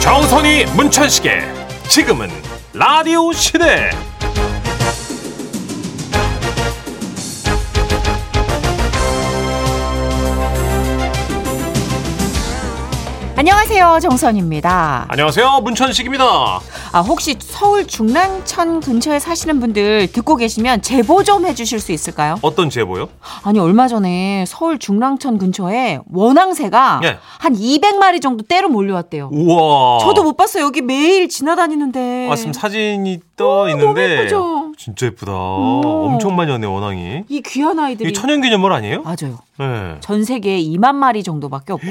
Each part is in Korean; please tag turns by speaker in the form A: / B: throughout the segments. A: 조선이 문천식의 지금은 라디오 시대
B: 안녕하세요 정선입니다.
A: 아, 안녕하세요 문천식입니다
B: 아 혹시 서울 중랑천 근처에 사시는 분들 듣고 계시면 제보 좀 해주실 수 있을까요?
A: 어떤 제보요?
B: 아니 얼마 전에 서울 중랑천 근처에 원앙새가
A: 예.
B: 한 200마리 정도 떼로 몰려왔대요.
A: 우와
B: 저도 못 봤어요. 여기 매일 지나다니는데.
A: 아, 지금 사진이 떠
B: 너무
A: 있는데
B: 예쁘죠?
A: 진짜 예쁘다 엄청 많이 왔네 원앙이
B: 이 귀한 아이들이
A: 이게 천연기념물 아니에요?
B: 맞아요.
A: 네.
B: 전 세계에 2만 마리 정도밖에 없고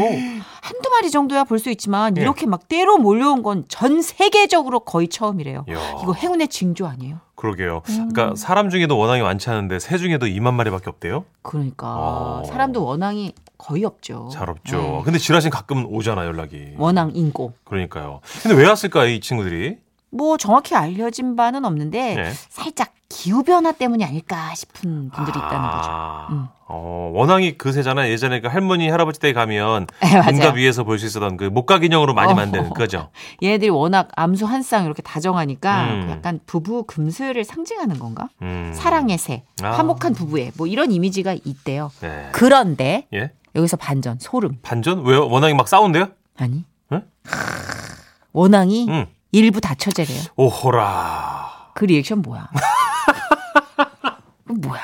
B: 한두 마리 정도야 볼 수 있지만
A: 음. 예.
B: 이렇게 막 떼로 몰려온 건 전 세계적으로 거의 처음이래요.
A: 네. 이야,
B: 이거 음. 행운의 징조 아니에요?
A: 그러게요 그러니까 사람 중에도 원앙이 많지 않은데 새 중에도 2만 마리밖에 없대요?
B: 그러니까
A: 어.
B: 사람도 원앙이 거의 없죠.
A: 잘 없죠
B: 네.
A: 근데 지라신 가끔 오잖아 연락이
B: 원앙 인고.
A: 그러니까요 근데 왜 왔을까 이 친구들이
B: 뭐 정확히 알려진 바는 없는데
A: 네.
B: 살짝 기후 변화 때문이 아닐까 싶은 분들이 있다는 거죠.
A: 아,
B: 음.
A: 어, 워낙이 그새잖아. 예전에 그 할머니, 할아버지 댁 가면
B: 네, 맞아요.
A: 문갑 위에서 볼 수 있었던 그 목각 인형으로 많이
B: 어.
A: 만드는 그죠?
B: 얘네들이 워낙 암수 한 쌍 이렇게 다정하니까
A: 음.
B: 그 약간 부부 금슬을 상징하는 건가?
A: 음.
B: 사랑의 새,
A: 아.
B: 화목한 부부의 뭐 이런 이미지가 있대요.
A: 네.
B: 그런데
A: 예?
B: 여기서 반전, 소름.
A: 반전? 왜요? 워낙이 막 싸운대요?
B: 아니?
A: 네?
B: 원앙이
A: 응.
B: 일부 다처제래요.
A: 오호라.
B: 그 리액션 뭐야? 그건 뭐야?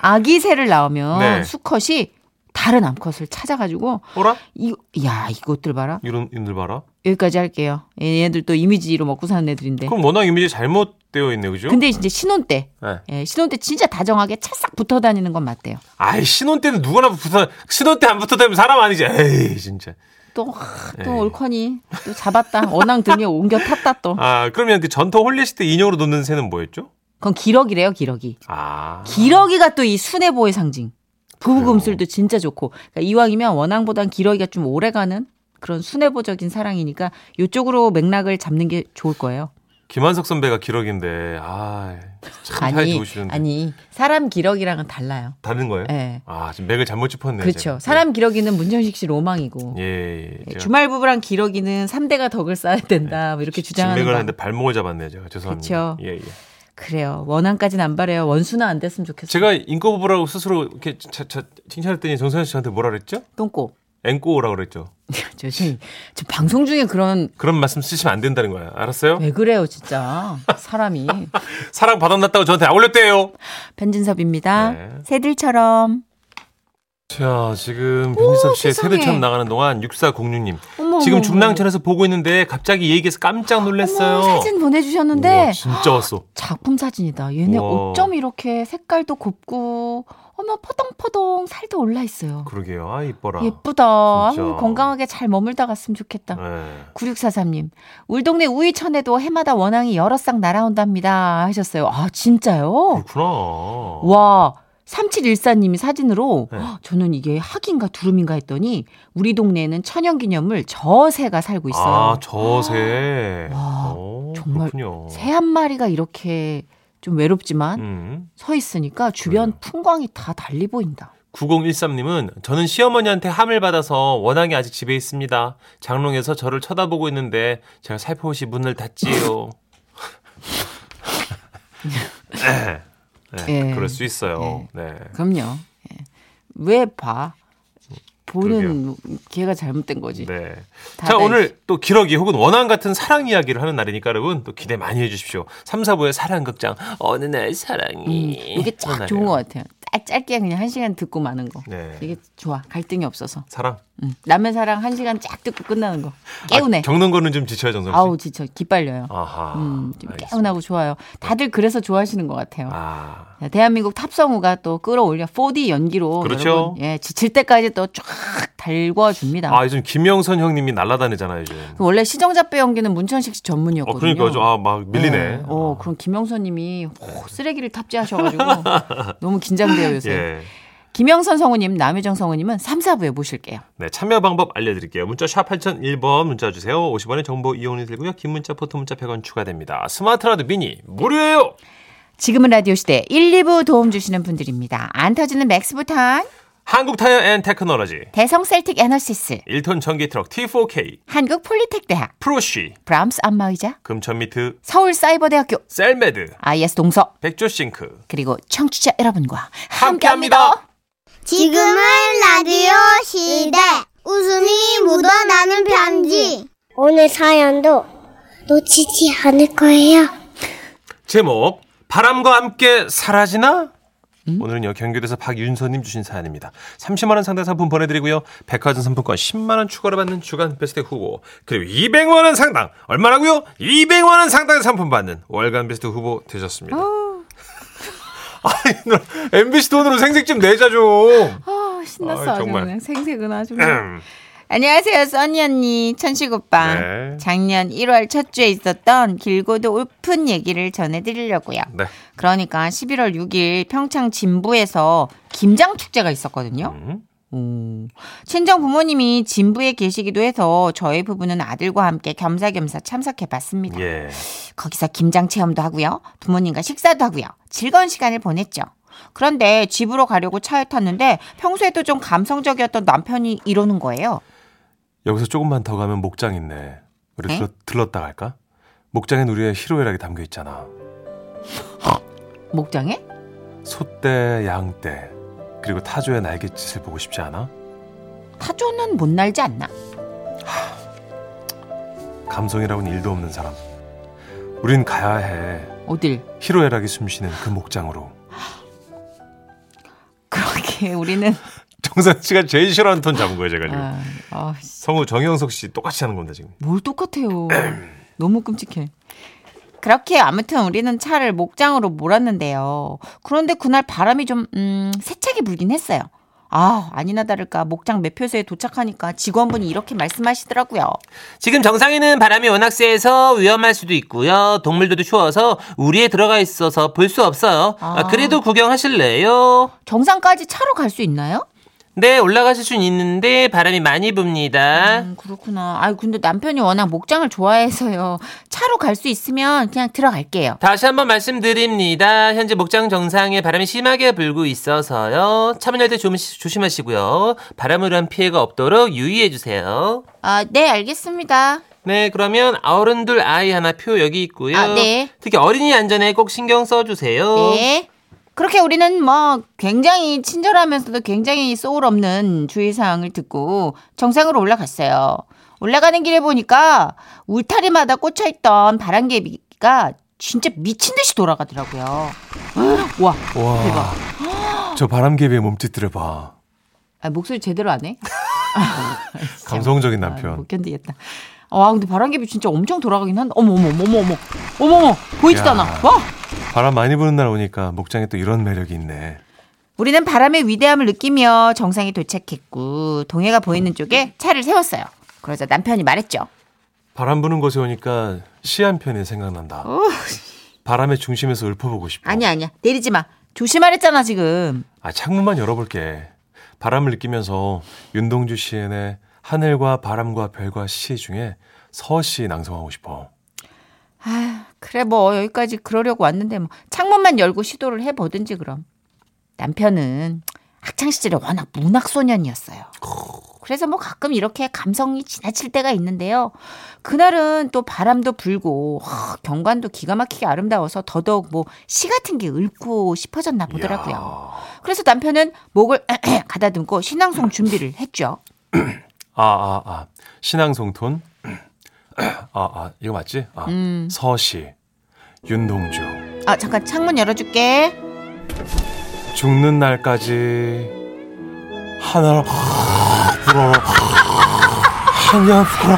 B: 아기 새를 낳으면
A: 네.
B: 수컷이 다른 암컷을 찾아가지고
A: 오라?
B: 이, 야 이것들 봐라
A: 이런 인들 봐라.
B: 여기까지 할게요. 얘네들 또 이미지로 먹고 사는 애들인데.
A: 그럼 워낙 이미지 잘못되어 있네, 그죠?
B: 네. 근데 이제 신혼 때,
A: 네.
B: 예, 신혼 때 진짜 다정하게 찰싹 붙어 다니는 건 맞대요.
A: 아이, 신혼 때는 누구나 붙어, 신혼 때 안 붙어 다니면 사람 아니지. 에이, 진짜.
B: 또, 하, 또
A: 에이.
B: 올커니 또 잡았다. 원앙 등에 옮겨 탔다 또.
A: 아, 그러면 그 전통 홀리시 때 인형으로 놓는 새는 뭐였죠?
B: 그건 기러기래요 기러기.
A: 아.
B: 기러기가 또 이 순애보의 상징.
A: 그래요.
B: 부부금술도 진짜 좋고 그러니까 이왕이면 원앙보단 기러기가 좀 오래가는 그런 순애보적인 사랑이니까 이쪽으로 맥락을 잡는 게 좋을 거예요.
A: 김한석 선배가 기록인데, 아, 참 사이
B: 아니
A: 좋으시는데.
B: 아니 사람 기러기랑은 달라요.
A: 다른 거예요?
B: 예.
A: 아, 지금 맥을 잘못 짚었네요.
B: 그렇죠.
A: 제가.
B: 사람 기러기는 문정식 씨 로망이고
A: 예, 예. 예.
B: 예,
A: 제가
B: 주말 부부랑 기러기는 3대가 덕을 쌓아야 된다. 뭐 이렇게 주장하는
A: 네. 진맥을
B: 거. 그렇죠.
A: 하는데 발목을 잡았네요, 제가. 죄송합니다.
B: 그쵸.
A: 예, 예.
B: 그래요. 원앙까지는 안 바래요. 원수는 안 됐으면 좋겠어요.
A: 제가 인꼬부부라고 스스로 이렇게 차, 차, 칭찬했더니 정선 씨한테 뭐라 그랬죠?
B: 똥꼬.
A: 앵꼬라고 그랬죠.
B: 저, 저, 저 방송 중에 그런
A: 그런 말씀 쓰시면 안 된다는 거야. 알았어요?
B: 왜 그래요, 진짜. 사람이.
A: 사랑 받아놨다고 저한테 안 올렸대요.
B: 변진섭입니다.
A: 네.
B: 새들처럼.
A: 자, 지금 변희섭 씨의
B: 세상에.
A: 새들처럼 나가는 동안 6406님.
B: 어머,
A: 지금
B: 어머,
A: 중랑천에서 보고 있는데 갑자기 이 얘기해서 깜짝 놀랐어요.
B: 어머, 사진 보내주셨는데
A: 우와, 진짜 왔어.
B: 작품 사진이다. 얘네
A: 우와.
B: 어쩜 이렇게 색깔도 곱고 어머 퍼덩퍼덩 살도 올라 있어요.
A: 그러게요. 아, 이뻐라.
B: 예쁘다.
A: 진짜.
B: 아유, 건강하게 잘 머물다 갔으면 좋겠다.
A: 예.
B: 9643님, 울동네 우이천에도 해마다 원앙이 여러 쌍 날아온답니다. 하셨어요. 아, 진짜요?
A: 그렇구나.
B: 와, 3714님이 사진으로
A: 네.
B: "헉, 저는 이게 학인가 두름인가 했더니 우리 동네에는 천연기념물 저새가 살고 있어요. 아,
A: 아, 저새.
B: 와,
A: 어,
B: 정말
A: 그렇군요.
B: 새 한 마리가 이렇게 좀 외롭지만
A: 음.
B: 서 있으니까 주변
A: 그래요.
B: 풍광이 다 달리 보인다.
A: 9013님은 저는 시어머니한테 함을 받아서 원앙이 아직 집에 있습니다. 장롱에서 저를 쳐다보고 있는데 제가 살포시 문을 닫지요. 네, 네,
B: 예.
A: 그럴 수 있어요. 네.
B: 그럼요. 예. 왜 봐? 보는
A: 그러게요.
B: 기회가 잘못된 거지.
A: 네.
B: 다
A: 자,
B: 돼.
A: 오늘 또 기러기 혹은 원앙 같은 사랑 이야기를 하는 날이니까 여러분 또 기대 많이 해주십시오. 3, 4부의 사랑극장. 어느 날
B: 음,
A: 사랑이.
B: 이게 참
A: 하는
B: 좋은
A: 날이에요.
B: 것 같아요. 짧- 짧게 그냥 한 시간 듣고 마는 거.
A: 네.
B: 이게 좋아. 갈등이 없어서.
A: 사랑.
B: 음. 남의 사랑 한 시간 쫙 듣고 끝나는 거. 깨우네.
A: 아, 겪는 거는 좀 지쳐요, 정선 씨.
B: 아, 우 지쳐. 기빨려요.
A: 아하.
B: 음, 좀
A: 알겠습니다.
B: 깨운하고 좋아요. 다들 그래서 좋아하시는 것 같아요.
A: 아.
B: 자, 대한민국 탑성우가 또 끌어올려 4D 연기로
A: 그렇죠.
B: 여러분, 예, 지칠 때까지 또 쫙 달궈줍니다. 그
A: 아, 요즘 김영선 형님이 날아다니잖아요, 요즘.
B: 원래 시정자 배 연기는 문천식 씨
A: 어,
B: 전문이었거든요.
A: 그러니까 좀, 아, 막 밀리네. 아.
B: 네. 어, 그럼 김영선님이 오, 쓰레기를 탑재하셔가지고 너무 긴장돼요 요새.
A: 예.
B: 김영선 성우님, 남유정 성우님은 3, 4부에 모실게요.
A: 네, 참여 방법 알려드릴게요. 문자 샵 8001번 문자 주세요. 50원의 정보 이용이 들고요. 긴 문자, 포토 문자 100원 추가됩니다. 스마트라도 미니 무료예요.
B: 지금은 라디오 시대 1, 2부 도움 주시는 분들입니다. 안 터지는 맥스부탄,
A: 한국 타이어 앤 테크놀로지,
B: 대성셀틱 에너시스,
A: 1톤 전기 트럭 T4K,
B: 한국 폴리텍대학,
A: 프로쉬,
B: 브람스 안마의자,
A: 금천미트,
B: 서울사이버대학교,
A: 셀메드,
B: IS 동서,
A: 백조싱크.
B: 그리고 청취자 여러분과
A: 함께합니다.
B: 함께합니다.
C: 지금은 라디오 시대. 웃음이 묻어나는 편지. 오늘 사연도 놓치지 않을 거예요.
A: 제목 바람과 함께 사라지나? 오늘은요 경기도에서 박윤서님 주신 사연입니다. 30만 원 상당 상품 보내드리고요. 백화점 상품권 10만 원 추가로 받는 주간 베스트 후보 그리고 200만 원 상당 얼마라고요? 200만 원 상당의 상품 받는 월간 베스트 후보 되셨습니다. 아니 나 MBC 돈으로 생색 좀 내자 좀. 음,
B: 아, 신났어.
A: 아,
B: 아주
A: 정말.
B: 그냥 생색은 아주. 그냥. 안녕하세요, 써니 언니, 천식 오빠.
A: 네.
B: 작년 1월 첫 주에 있었던 길고도 울픈 얘기를 전해드리려고요.
A: 네.
B: 그러니까 11월 6일 평창 진부에서 김장 축제가 있었거든요.
A: 음.
B: 오. 친정 부모님이 진부에 계시기도 해서 저희 부부는 아들과 함께 겸사겸사 참석해봤습니다.
A: 예.
B: 거기서 김장 체험도 하고요. 부모님과 식사도 하고요. 즐거운 시간을 보냈죠. 그런데 집으로 가려고 차에 탔는데 평소에도 좀 감성적이었던 남편이 이러는 거예요.
A: 여기서 조금만 더 가면 목장 있네. 우리
B: 에?
A: 들렀, 들렀다 갈까? 목장엔 우리의 희로애락이 담겨 있잖아.
B: 목장에?
A: 소떼, 양떼, 그리고 타조의 날갯짓을 보고 싶지 않아?
B: 타조는 못 날지 않나?
A: 감성이라고는 일도 없는 사람. 우린 가야 해.
B: 어딜?
A: 희로애락이 숨쉬는 그 목장으로.
B: 그렇게 우리는
A: 정선 씨가 제일 싫어하는 톤 잡은 거예요, 제가 지금.
B: 아, 아, 씨,
A: 성우 정영석 씨 똑같이 하는 겁니다, 지금.
B: 뭘 똑같아요. 너무 끔찍해. 그렇게 아무튼 우리는 차를 목장으로 몰았는데요. 그런데 그날 바람이 좀 음, 세차게 불긴 했어요. 아, 아니나 다를까 목장 매표소에 도착하니까 직원분이 이렇게 말씀하시더라고요.
D: 지금 정상에는 바람이 워낙 세서 위험할 수도 있고요. 동물들도 추워서 우리에 들어가 있어서 볼 수 없어요. 아,
B: 아.
D: 그래도 구경하실래요?
B: 정상까지 차로 갈 수 있나요?
D: 네, 올라가실 수는 있는데 바람이 많이 붑니다.
B: 음, 그렇구나. 아, 근데 남편이 워낙 목장을 좋아해서요. 차로 갈 수 있으면 그냥 들어갈게요.
D: 다시 한번 말씀드립니다. 현재 목장 정상에 바람이 심하게 불고 있어서요. 차 문 열때 조심하시고요. 바람으로 한 피해가 없도록 유의해 주세요.
B: 아, 네, 알겠습니다.
D: 네, 그러면 어른들 아이 하나 표 여기 있고요.
B: 아, 네.
D: 특히 어린이 안전에 꼭 신경 써 주세요.
B: 네. 그렇게 우리는 뭐 굉장히 친절하면서도 굉장히 소울 없는 주의 사항을 듣고 정상으로 올라갔어요. 올라가는 길에 보니까 울타리마다 꽂혀 있던 바람개비가 진짜 미친 듯이 돌아가더라고요. 와,
A: 와. 저 바람개비의 몸짓들을 봐.
B: 아, 목소리 제대로 안 해?
A: 감성적인
B: 아,
A: 남편.
B: 못 견디겠다. 와, 근데 바람개비 진짜 엄청 돌아가긴 한데, 어머, 어머, 어머, 어머, 어머, 어머, 보이지도
A: 야.
B: 않아. 와,
A: 바람 많이 부는 날 오니까 목장에 또 이런 매력이 있네.
B: 우리는 바람의 위대함을 느끼며 정상에 도착했고 동해가 보이는 쪽에 차를 세웠어요. 그러자 남편이 말했죠.
A: 바람 부는 곳에 오니까 시 한 편이 생각난다. 바람의 중심에서 읊어보고 싶어.
B: 어, 아니야 아니야 내리지 마. 조심하랬잖아 지금.
A: 아, 창문만 열어볼게. 바람을 느끼면서 윤동주 시인의 하늘과 바람과 별과 시 중에 서시 낭송하고 싶어.
B: 아 그래 뭐 여기까지 그러려고 왔는데 뭐 창문만 열고 시도를 해보든지 그럼. 남편은 학창 시절에 워낙 문학 소년이었어요. 그래서 뭐 가끔 이렇게 감성이 지나칠 때가 있는데요. 그날은 또 바람도 불고 하, 경관도 기가 막히게 아름다워서 더더욱 뭐 시 같은 게 읊고 싶어졌나 보더라고요.
A: 이야.
B: 그래서 남편은 목을 가다듬고 신앙송 준비를 했죠.
A: 아, 아, 아. 신앙송톤. 아, 아. 이거 맞지? 아. 서시. 윤동주.
B: 아 잠깐 창문 열어줄게.
A: 죽는 날까지 하늘 불어라. 하냐 불어라.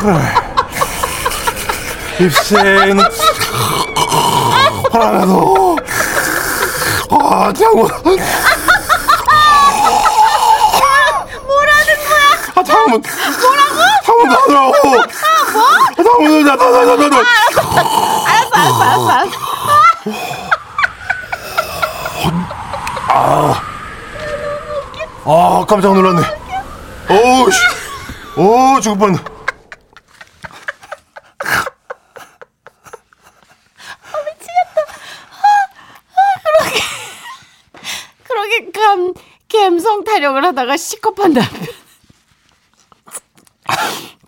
A: 그래. 아, 입새는 바람에도 아, 장군. 뭐라는 거야? 아, 장군. 뭐라고? 장군 나더라고. 아, 뭐? 장군 나, 나, 나, 나, 나. 아, 깜짝 놀랐네. 어우, 씨. 어, 죽을 뻔.
B: 그러게 감, 감성 타령을 하다가 시컵한 남편.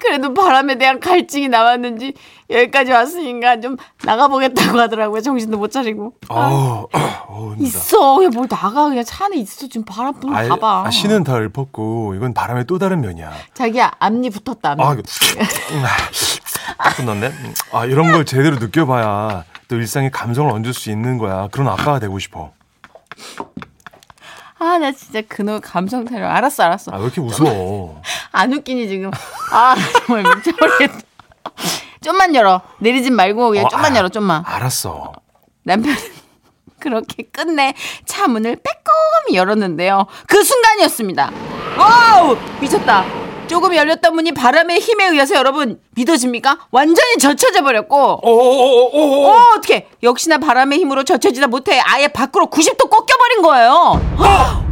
B: 그래도 바람에 대한 갈증이 나왔는지 여기까지 왔으니까 좀 나가보겠다고 하더라고요. 정신도 못 차리고.
A: 아우, 어우, 힘들다.
B: 있어. 그냥 뭘 나가. 그냥 차 안에 있어. 지금 바람 불면
A: 아예-
B: 가봐. 음.
A: 아, 신은 다 읊었고 이건 바람의 또 다른 면이야.
B: 자기야, 앞니 붙었다. 앞니.
A: 아, 이거 딱 끝났네.
D: 음.
A: 아, 이런 걸 제대로 느껴봐야 또 일상에 감성을 얹을 수 있는 거야. 그런 아빠가 되고 싶어.
B: 아, 나 진짜 그놈 감성 타령. 알았어, 알았어.
A: 아, 왜 이렇게 웃어?
B: 안 웃기니 지금. 아, 정말 미쳐버리겠다. 좀만 열어. 내리지 말고 그냥
A: 어,
B: 좀만
A: 아.
B: 열어, 좀만.
A: 알았어.
B: 남편은 그렇게 끝내 차 문을 빼꼼히 열었는데요. 그 순간이었습니다. 와우! 미쳤다. 조금 열렸던 문이 바람의 힘에 의해서 여러분 믿어집니까? 완전히 젖혀져 버렸고
A: 어, 오오오오.
B: 어, 어떻게 역시나 바람의 힘으로 젖혀지다 못해 아예 밖으로 90도 꺾여버린 거예요. 와!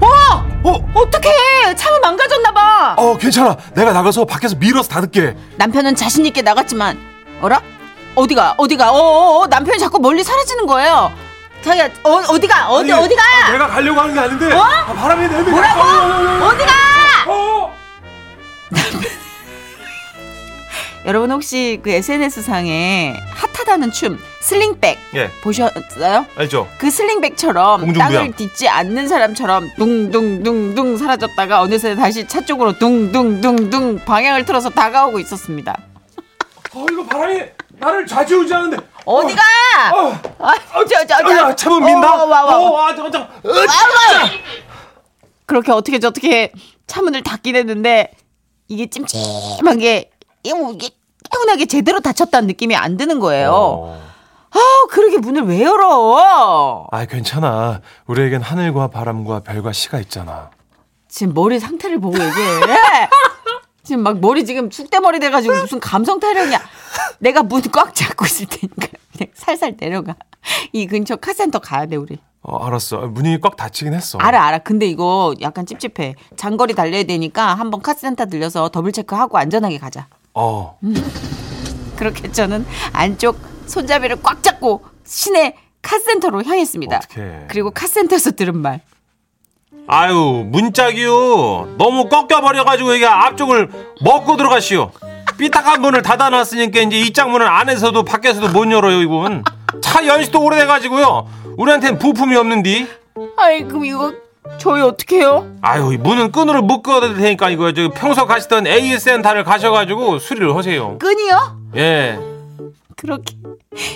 A: 어,
B: 어떻게 차가 망가졌나 봐.
A: 어, 괜찮아. 내가 나가서 밖에서 밀어서 닫을게.
B: 남편은 자신 있게 나갔지만 어라 어디가 어디가 어어 남편이 자꾸 멀리 사라지는 거예요. 자기야 어, 어디가 어디
A: 아니,
B: 어디가
A: 아, 내가 가려고 하는 게 아닌데.
B: 어?
A: 아, 바람이 내면
B: 뭐라고
A: 어,
B: 어디가
A: 어, 어.
B: 여러분 혹시 그 SNS 상에 핫하다는 춤 슬링백
A: 예.
B: 보셨어요?
A: 알죠?
B: 그 슬링백처럼
A: 공중부양.
B: 땅을 딛지 않는 사람처럼 둥둥둥둥 사라졌다가 어느새 다시 차 쪽으로 둥둥둥둥 방향을 틀어서 다가오고 있었습니다.
A: 어, 이거 바람이 나를 좌지우지하는데.
B: 어디가?
A: 어.
B: 아저저저
A: 야, 차면 민다.
B: 와, 와.
A: 어, 아, 잠깐 잠깐. 으,
B: 그렇게 어떻게 저렇게 차문을 닫긴 했는데 이게 찜찜한 게뭐 이거 이게 깨운하게 제대로 닫혔다는 느낌이 안 드는 거예요.
A: 어.
B: 아, 그러게 문을 왜 열어?
A: 아, 괜찮아. 우리에겐 하늘과 바람과 별과 시가 있잖아.
B: 지금 머리 상태를 보고 얘기해. 지금 막 머리 지금 숙대머리 돼가지고 무슨 감성 타령이야. 내가 문 꽉 잡고 있을 테니까 그냥 살살 내려가. 이 근처 카센터 가야 돼 우리.
A: 어, 알았어. 문이 꽉 닫히긴 했어.
B: 알아 알아. 근데 이거 약간 찝찝해. 장거리 달려야 되니까 한번 카센터 들려서 더블 체크하고 안전하게 가자.
A: 어.
B: 그렇게 저는 안쪽 손잡이를 꽉 잡고 시내 카센터로 향했습니다.
A: 어떡해.
B: 그리고 카센터에서 들은 말.
A: 아유, 문짝이요. 너무 꺾여버려가지고 이게 앞쪽을 먹고 들어가시오. 삐딱한 문을 닫아놨으니까 이제 이 짝문은 안에서도 밖에서도 못 열어요, 이분. 차 연식도 오래돼가지고요. 우리한테는 부품이 없는디.
B: 아이 그럼 이거 저희 어떡해요?
A: 아유, 이 문은 끈으로 묶어드릴 테니까 이거 저 평소 가시던 AS 센터를 가셔가지고 수리를 하세요.
B: 끈이요?
A: 예.
B: 그렇게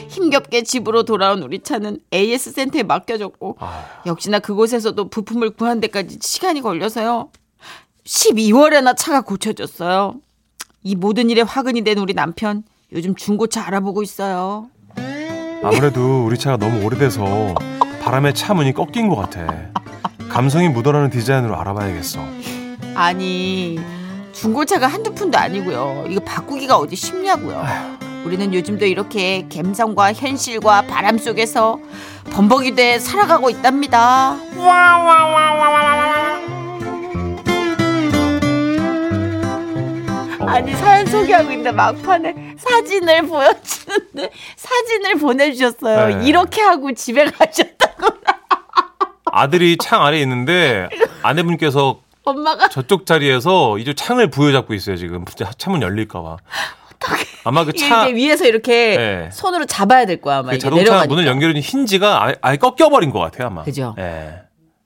B: 힘겹게 집으로 돌아온 우리 차는 AS 센터에 맡겨졌고
A: 아.
B: 역시나 그곳에서도 부품을 구한 데까지 시간이 걸려서요. 12월에나 차가 고쳐졌어요. 이 모든 일에 화근이 된 우리 남편 요즘 중고차 알아보고 있어요.
A: 아무래도 우리 차가 너무 오래돼서 바람에 차 문이 꺾인 것 같아. 감성이 묻어나는 디자인으로 알아봐야겠어.
B: 아니 중고차가 한두 푼도 아니고요. 이거 바꾸기가 어디 쉽냐고요. 우리는 요즘도 이렇게 감성과 현실과 바람 속에서 범벅이 돼 살아가고 있답니다.
A: 어.
B: 아니 사연 소개하고 있는데 막판에 사진을 보여주는데 사진을 보내주셨어요.
A: 네.
B: 이렇게 하고 집에 가셨다고
A: 아들이 창 아래 에 있는데 아내분께서
B: 엄마가
A: 저쪽 자리에서 이제 창을 부여잡고 있어요 지금 차문 열릴까봐. 아마 그
B: 이게
A: 차
B: 이제 위에서 이렇게
A: 네.
B: 손으로 잡아야 될 거야 아마
A: 그
B: 이게
A: 자동차
B: 내려가니까.
A: 문을 연결해준 힌지가 아예, 아예 꺾여버린 것 같아요 아마.
B: 그죠.
A: 예.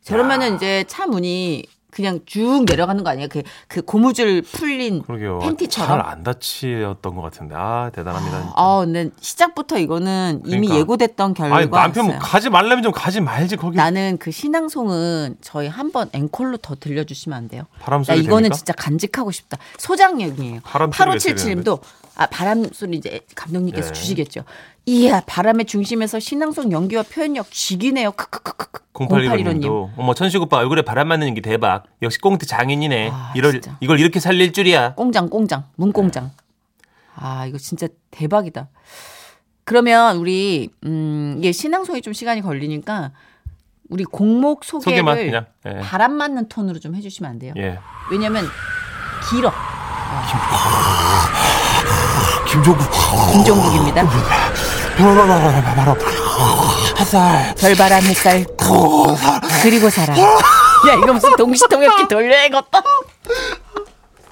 B: 저러면은 이제 차 문이 그냥 쭉 내려가는 거 아니에요? 그, 그 고무줄 풀린
A: 그러게요. 아,
B: 팬티처럼.
A: 잘안 다치였던 것 같은데 아 대단합니다. 진짜.
B: 아, 근데 시작부터 이거는 이미
A: 그러니까.
B: 예고됐던 결과였어요.
A: 아니 남편 뭐 가지 말라면 좀 가지 말지 거기
B: 나는 그 신앙송은 저희 한번 앵콜로 더 들려주시면 안 돼요?
A: 바람
B: 나
A: 소리
B: 이거는
A: 됩니까?
B: 진짜 간직하고 싶다. 소장력이에요.
A: 바람 소리가 있어야
B: 8577님도 아 바람 소리 이제 감독님께서
A: 예.
B: 주시겠죠. 이야 바람의 중심에서 신앙송 연기와 표현력 죽이네요. 크크크크크.
A: 0815님도 어머 천식 오빠 얼굴에 바람 맞는 연기 대박. 역시 꽁트 장인이네.
B: 아,
A: 이럴,
B: 진짜.
A: 이걸 이렇게 살릴 줄이야.
B: 공장 공장 문공장 아 이거 진짜 대박이다 그러면 우리 음 이게 신앙송이 좀 시간이 걸리니까 우리 공목 소개를
A: 소개만 그냥. 예.
B: 바람 맞는 톤으로 좀 해주시면 안 돼요
A: 예.
B: 왜냐면 길어
A: 김종국
B: 김종국입니다 별바람 햇살 별바람 햇살 그리고 살아. 야 이거 무슨 동시통역기 돌려 이거.